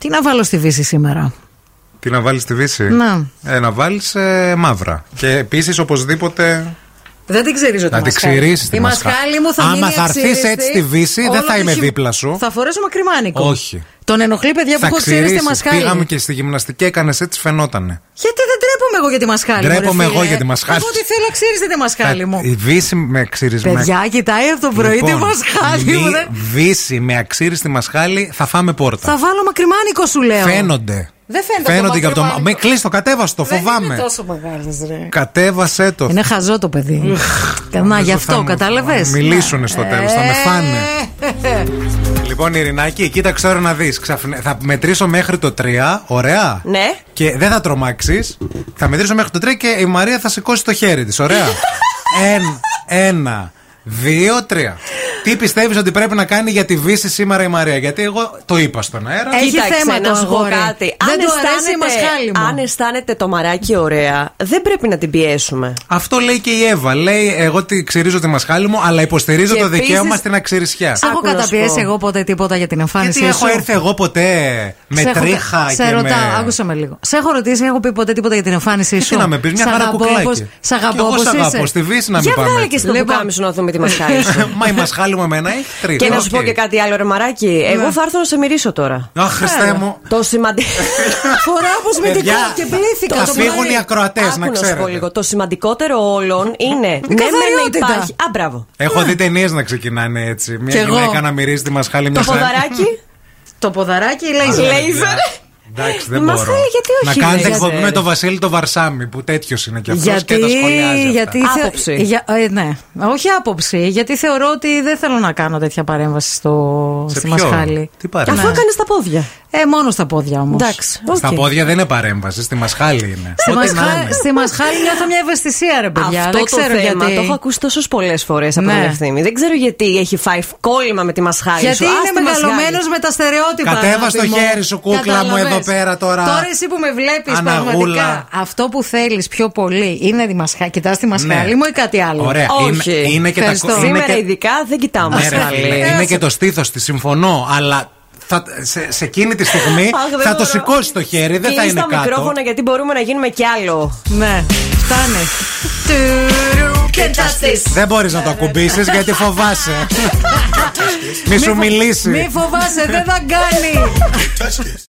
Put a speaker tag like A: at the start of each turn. A: Τι να βάλω στη Βύση σήμερα.
B: Τι να βάλεις στη Δύση.
A: Να.
B: Ε, να βάλεις μαύρα. Και επίσης οπωσδήποτε.
A: Δεν την ξυρίζω τη
B: Να την
A: μασχάλη.
B: ξυρίζεις τη
A: Η
B: μασχάλη.
A: μασχάλη μου θα
B: Άμα
A: μείνει
B: θα έρθεις
A: αξιρίστη.
B: έτσι στη Δύση, δεν
A: Όλο
B: θα
A: το
B: είμαι
A: χειμ-
B: δίπλα σου.
A: Θα φορέσω μακριμάνικο.
B: Όχι.
A: Τον ενοχλεί, παιδιά, που
B: θα
A: έχω ξυρίσει τη μασχάλη.
B: Πήγαμε και στη γυμναστική, έκανες έτσι, φαινότανε.
A: Γιατί δεν τρέπομαι εγώ για τη μασχάλη. μου, ρε
B: Ντρέπομαι
A: φίλε.
B: εγώ για τη μασχάλη.
A: Εγώ τι θέλω, ξύριζε τη μασχάλη μου.
B: Η Δύση με Λοιπόν, αξίρισμα.
A: Παιδιά, κοιτάει από το πρωί τη μασχάλη μου. δεν-
B: Δύση με αξίριστη μασχάλη θα φάμε πόρτα.
A: Θα βάλω μακριμάνικο σου λέω.
B: Φαίνονται.
A: Δεν φαίνεται το
B: Φαίνονται και από το.
A: μακριμάνικο.
B: Με κλείστο, κατέβασε το,
A: Δεν
B: φοβάμαι.
A: είναι τόσο μεγάλες, ρε.
B: Κατέβασε το.
A: Είναι χαζό το παιδί. Να,
B: Νομίζω
A: γι'
B: θα
A: αυτό, Ε,
B: μου-
A: κατάλαβες.
B: θα μου μιλήσουνε στο τέλος, θα με φάνε. Λοιπόν, Ειρηνάκη, κοίταξε τώρα να δεις. Θα μετρήσω μέχρι το 3, ωραία.
C: Ναι.
B: Και δεν θα τρομάξεις. Θα μετρήσω μέχρι το 3 και η Μαρία θα σηκώσει το χέρι της, ωραία. Εν, ένα, δύο, τρία. Τι πιστεύεις ότι πρέπει να κάνει για τη βύση σήμερα η Μαρία, Γιατί εγώ το είπα στον αέρα.
A: Έχει
C: Κοίταξε,
A: θέμα
C: να
A: το
C: σου πω
A: αγόρι.
C: κάτι.
A: Δεν
C: αν
A: του αρέσει η
C: αισθάνεται-
A: μασχάλη μου.
C: Αν αισθάνεται το μαράκι ωραία, δεν πρέπει να την πιέσουμε.
B: Αυτό λέει και η Εύα. Λέει, εγώ τη ξυρίζω τη μασχάλη μου, αλλά υποστηρίζω
C: Και
B: το δικαίωμα
C: επίσης-
B: στην αξιρισιά.
A: Σε έχω
C: Άκου να σου
A: καταπιέσει
C: πω.
A: εγώ ποτέ τίποτα για την εμφάνιση
B: Γιατί έχω
A: σου.
B: έρθει εγώ ποτέ με
A: Σε έχω-
B: τρίχα και
A: σε ρωτάω,
B: με...
A: άκουσα με λίγο. Σε έχω ρωτήσει, έχω πει ποτέ τίποτα για την εμφάνισή
B: Και
A: σου.
B: τι να με πεις, μια
A: Σ'
B: χαρά
A: αγαπώ
B: κουκλάκι.
A: όπως- Σ' αγαπώ
B: Κι εγώ
A: όπως
B: σ' αγαπώ,
A: είσαι.
B: στη Δύση να μην
A: Για
B: πάμε.
A: βγάλε και στο
C: Λοιπόν,
A: πουκάμι
C: κάμι σου να δούμε τη μασχάλη σου.
B: Μα η μασχάλη μου εμένα έχει τρίχα.
C: και να
B: Ε, οκ.
C: σου πω και κάτι άλλο, ρε μαράκι.
A: Ναι.
C: Εγώ θα έρθω να σε μυρίσω τώρα.
B: Αχ, Χριστέ μου.
C: Το σημαντικό.
A: Φοράω κοσμητικό
B: Παιδιά,
A: και πλήθηκα.
B: θα
A: το
B: φύγουν
A: πρωί.
B: οι ακροατές, να ξέρετε.
C: Το σημαντικότερο όλων είναι. ναι, μεν να
A: καθαριότητα.
C: υπάρχει. Α, μπράβο.
B: Έχω δει ταινίες να ξεκινάνε έτσι.
A: Ναι. Κι
B: Μια
A: εγώ.
B: γυναίκα να μυρίζει τη μασχάλη μια
C: Το ποδαράκι.
A: Το ποδαράκι λέει.
C: Λέιζερ.
B: Εντάξει, δεν
C: Η
B: μπορώ.
C: μασχάλη, γιατί όχι,
B: να κάνετε
C: λέιζερ.
B: εκπομπή με το Βασίλη το Βαρσάμι που τέτοιος είναι κι αυτός και
A: Γιατί,
B: τα σχολιάζει. αυτά.
A: γιατί θε-
C: Άποψη.
A: για- ε, ναι, όχι άποψη. Γιατί θεωρώ ότι δεν θέλω να κάνω τέτοια παρέμβαση στο,
B: Σε
A: στη
B: ποιο?
A: μασχάλη.
B: Τι παρέμβαση?
C: Αφού
A: Ναι.
C: έκανες τα πόδια.
A: Ε, μόνος στα πόδια όμως.
C: Εντάξει. οκ.
B: Στα πόδια δεν είναι παρέμβαση, στη μασχάλη είναι.
A: Στη,
B: Ό,τι να
A: μασχά-
B: είναι.
A: στη μασχάλη νιώθω μια ευαισθησία, ρε παιδιά.
C: Αυτό
A: δεν
C: το
A: ξέρω
C: θέμα
A: γιατί.
C: το έχω ακούσει τόσες πολλές φορές από
A: Ναι.
C: τον Ευθύμη. Δεν ξέρω γιατί έχει φάει κόλλημα με τη μασχάλη
A: Γιατί
C: σου.
A: είναι
C: Ας τη μασχάλη.
A: μεγαλωμένος με τα στερεότυπα.
B: Κατέβα
A: αγάπη
B: στο
A: μου.
B: χέρι σου, κούκλα μου,
A: Κατάλαβες.
B: εδώ πέρα τώρα.
A: Τώρα εσύ που με βλέπεις
B: Αναγούλα.
A: πραγματικά. Αυτό που θέλεις πιο πολύ είναι τη μασχά... κοιτάς τη μασχάλη
B: Ναι.
A: μου ή κάτι άλλο.
B: Ωραία,
C: Όχι.
B: είναι, είναι και τα
A: Ευχαριστώ.
B: κο- είναι
C: Σήμερα
B: και-
C: ειδικά δεν κοιτάω Ε,
B: Ναι, ρε
C: μασχάλη.
B: φίλε,
A: Έλα
B: είναι
A: σε-
B: και το στήθος της, συμφωνώ, αλλά θα, σε, σε εκείνη τη στιγμή
C: Αχ, δεν
B: θα το
C: μπορώ.
B: σηκώσει το χέρι, δεν θα
C: Κλείς
B: είναι
C: τα
B: κάτω.
C: μικρόφωνα γιατί μπορούμε να γίνουμε κι άλλο.
A: Ναι, φτάνει. Τουρου, κενταστής.
B: Δεν μπορείς
C: Ναι,
B: να το ακουμπήσεις γιατί φοβάσαι. Μη σου
A: Μη
B: μιλήσει.
A: φοβάσαι, δεν θα κάνει.